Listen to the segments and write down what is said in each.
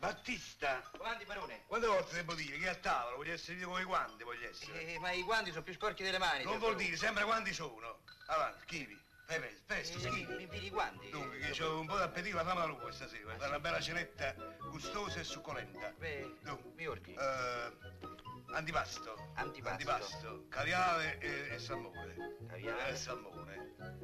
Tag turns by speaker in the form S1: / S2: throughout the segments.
S1: Battista!
S2: Comandi barone.
S1: Quante volte devo dire che a tavola voglio essere io come quante voglio essere?
S2: Eh, ma i guanti sono più sporchi delle mani.
S1: non
S2: per
S1: vuol
S2: favore.
S1: dire, sembra quanti sono. Avanti, schivi. Fai presto, presto,
S2: Eh, mi- mi
S1: schivi.
S2: infili i guanti.
S1: Dunque, che ho un po' d'appetito, la fama lunga stasera. Fare una bella cenetta gustosa e succolenta.
S2: Beh,
S1: Dunque,
S2: mi ordini.
S1: eh, antipasto.
S2: Antipasto.
S1: Antipasto, Caviale e, e salmone.
S2: Caviale.
S1: E salmone.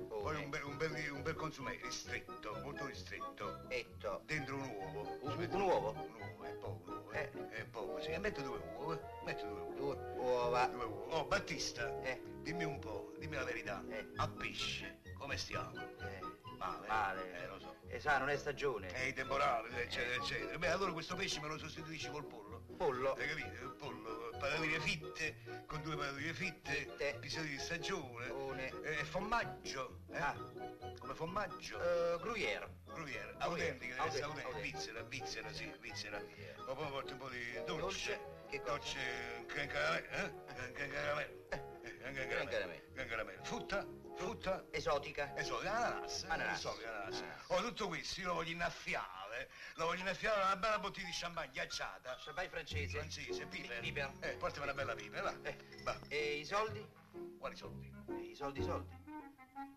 S2: Oh,
S1: Poi
S2: eh.
S1: un bel, un bel- un bel consumè ristretto, molto ristretto.
S2: Etto.
S1: Dentro un uovo.
S2: Un-
S1: Ci metto
S2: un uovo?
S1: Un uovo, e poi un uovo.
S2: Eh.
S1: E poi così. E metto due uova. eh. Metto due uova.
S2: Due uova.
S1: Due uova. Oh, Battista.
S2: Eh.
S1: Dimmi un po', dimmi la verità.
S2: Eh.
S1: A pesce, come stiamo?
S2: Eh,
S1: Male.
S2: male.
S1: Eh, lo so.
S2: Eh, sa, non è stagione.
S1: È temporale, eccetera, eccetera. Beh, allora questo pesce me lo sostituisci col pollo.
S2: Pollo.
S1: Hai capito? Il pollo,
S2: Oh.
S1: patatine fitte, con due patatine fitte,
S2: Fitte.
S1: pisati di stagione. Eh,
S2: One.
S1: E formaggio. Eh?
S2: Oh. Ah.
S1: Come formaggio.
S2: Eh, Gruyère.
S1: Gruyère, autentica, deve essere
S2: autentica,
S1: autentica,
S2: autentica.
S1: vizzera, vizzera, sì, vizzera.
S2: Gruyère.
S1: Ma poi porti un po' di dolce.
S2: Dolce, che cosa?
S1: Dolce, gran caramè, eh? Gran- Gran caramello. Eh, gran
S2: Gran
S1: caramello.
S2: caramè.
S1: Gran caramello. Frutta, frutta.
S2: Esotica.
S1: E so, ananas,
S2: Ananas. Ah.
S1: ananas. So, ananas.
S2: Ananas.
S1: Oh, tutto questo io lo voglio innaffiare, lo voglio innaffiare una bella bottiglia di champagne ghiacciata,
S2: Champagne francese.
S1: francese, piper.
S2: Pi- piper.
S1: Eh, portami una bella piper, là.
S2: Eh.
S1: Va,
S2: E i soldi?
S1: quali soldi?
S2: Eh, I soldi, i soldi.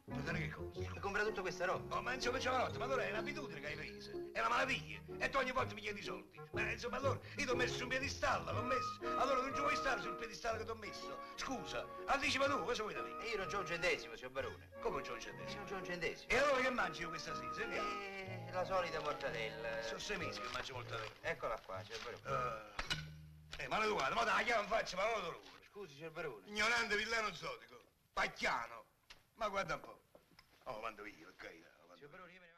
S1: Per fare che cosa?
S2: E compra tutta questa roba.
S1: Oh, ma insomma, giovanotte, ma allora è un'abitudine che hai preso, è una malaviglia, e tu ogni volta mi chiedi i soldi. Ma insomma, allora, io ti ho messo su un piedistallo, l'ho messo, allora non ci vuoi stare sul piedistallo che ti ho messo? Scusa, anticipa tu, cosa vuoi da me?
S2: E io non c'ho un centesimo, signor Barone.
S1: Come c'ho un centesimo?
S2: Io non c'ho un centesimo.
S1: E allora che mangi io questa sera? Sentiamo.
S2: Eh, la solita mortadella.
S1: Sono sei mesi che mangio molta roba.
S2: Eccola qua, signor Barone.
S1: Eh, maleducato, ma dai, chiama in faccia, ma non lo trovo.
S2: Scusi, signor Barone.
S1: Ignorante villano zotico, pacchiano. Ma guarda un po'. Oh, mando io, ok.
S2: Signor Barone, io me ne